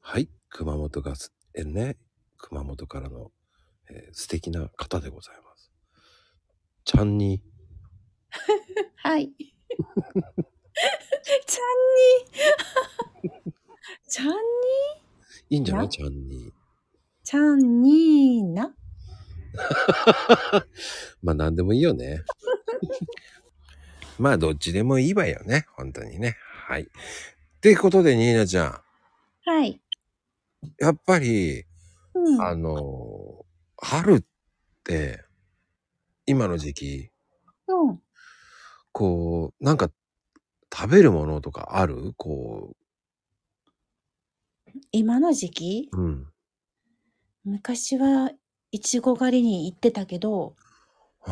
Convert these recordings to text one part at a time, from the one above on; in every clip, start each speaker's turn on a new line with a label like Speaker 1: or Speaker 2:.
Speaker 1: はい、熊本がす、えね、熊本からの、えー素敵な方でございます。ちゃんに、
Speaker 2: はい。 ちゃんに。ちゃんに
Speaker 1: いいんじゃない
Speaker 2: な
Speaker 1: ちゃんに。
Speaker 2: ちゃんにな。
Speaker 1: まあ、なんでもいいよ ね。まあ、どっちでもいいわよね。本当にね。はい。っていうことで、ニーナちゃ
Speaker 2: はい。
Speaker 1: ん、やっぱり、
Speaker 2: う
Speaker 1: あ
Speaker 2: ん。
Speaker 1: のー春って、今の時期、
Speaker 2: うん。
Speaker 1: こう、なんか食べるものとかあるこ
Speaker 2: 今の時期
Speaker 1: う、うん。
Speaker 2: 昔は、いちご狩りに行ってたけど、
Speaker 1: あ
Speaker 2: こ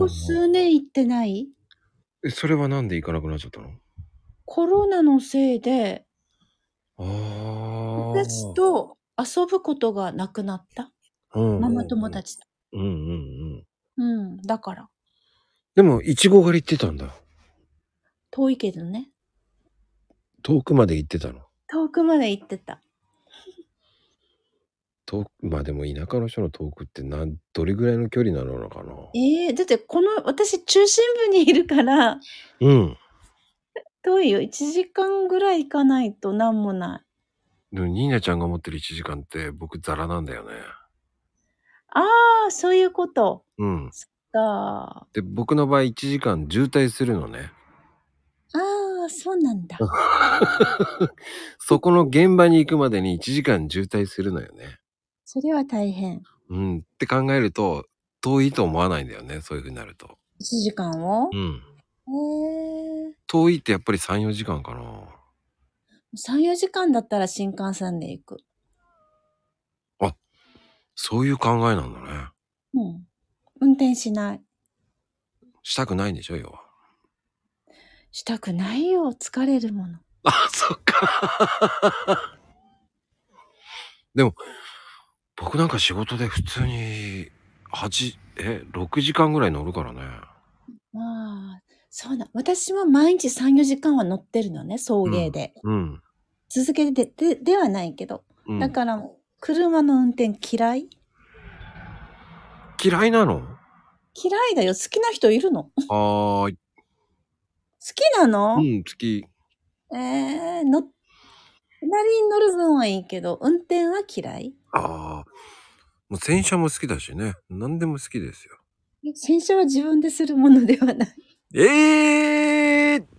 Speaker 2: こ
Speaker 1: あ、
Speaker 2: 数年行ってない
Speaker 1: えそれはなんで行かなくなっちゃったの
Speaker 2: コロナのせいで、
Speaker 1: あ
Speaker 2: 私と遊ぶことがなくなった。
Speaker 1: あ、うん
Speaker 2: マ
Speaker 1: う
Speaker 2: マ
Speaker 1: ん
Speaker 2: 友
Speaker 1: うん。
Speaker 2: 達と。
Speaker 1: うんうんうん。
Speaker 2: うん。だから、
Speaker 1: でも、いちご狩り行ってたんだ。
Speaker 2: 遠いけどね。
Speaker 1: 遠くまで行ってたの。
Speaker 2: 遠くまで行ってた。
Speaker 1: 遠く、まあでも田舎の人の遠くってなん、どれぐらいの距離なのかな
Speaker 2: ええだってこの、私中心部にいるから、
Speaker 1: うん。
Speaker 2: 遠いよ。1時間ぐらい行かないとなんもない。
Speaker 1: でも、ニーナちゃんが持ってる1時間って僕ザラなんだよね。
Speaker 2: ああ、そういうこと。
Speaker 1: うん。
Speaker 2: そっか。
Speaker 1: で、僕の場合1時間渋滞するの ね。
Speaker 2: ああ、そうなんだ。
Speaker 1: そこの現場に行くまでに1時間渋滞するのよね。
Speaker 2: それは大変。
Speaker 1: うん。って考えると、遠いと思わないんだよね。そういう風になると。
Speaker 2: 1時間を
Speaker 1: うん。
Speaker 2: ええ
Speaker 1: 遠いってやっぱり3、4時間かな。
Speaker 2: 3、4時間だったら新幹線で行く。
Speaker 1: あ、そういう考えなんだね。
Speaker 2: うん。運転しない。
Speaker 1: したくないんでしょ、要は。
Speaker 2: したくないよ。疲れるもの。
Speaker 1: あ、そっか。 でも、僕なんか仕事で普通に、8、え、6時間ぐらい乗るからね。
Speaker 2: まあ、そうな。私も毎日3、4時間は乗ってるのね、送
Speaker 1: う
Speaker 2: 迎
Speaker 1: ん。
Speaker 2: で。
Speaker 1: うん。
Speaker 2: 続けてでではないけど。
Speaker 1: う
Speaker 2: だ
Speaker 1: ん。
Speaker 2: から、車の運転嫌い
Speaker 1: 嫌いなの
Speaker 2: 嫌いだよ。好きな人いるの好
Speaker 1: はーい。
Speaker 2: きな
Speaker 1: う
Speaker 2: の
Speaker 1: ん、好き。
Speaker 2: えー、の、隣に乗る分はいいけど、運転は嫌い
Speaker 1: ああ。もう洗車も好きだしね。何でも好きですよ。
Speaker 2: 洗車は自分でするものではない。
Speaker 1: ええー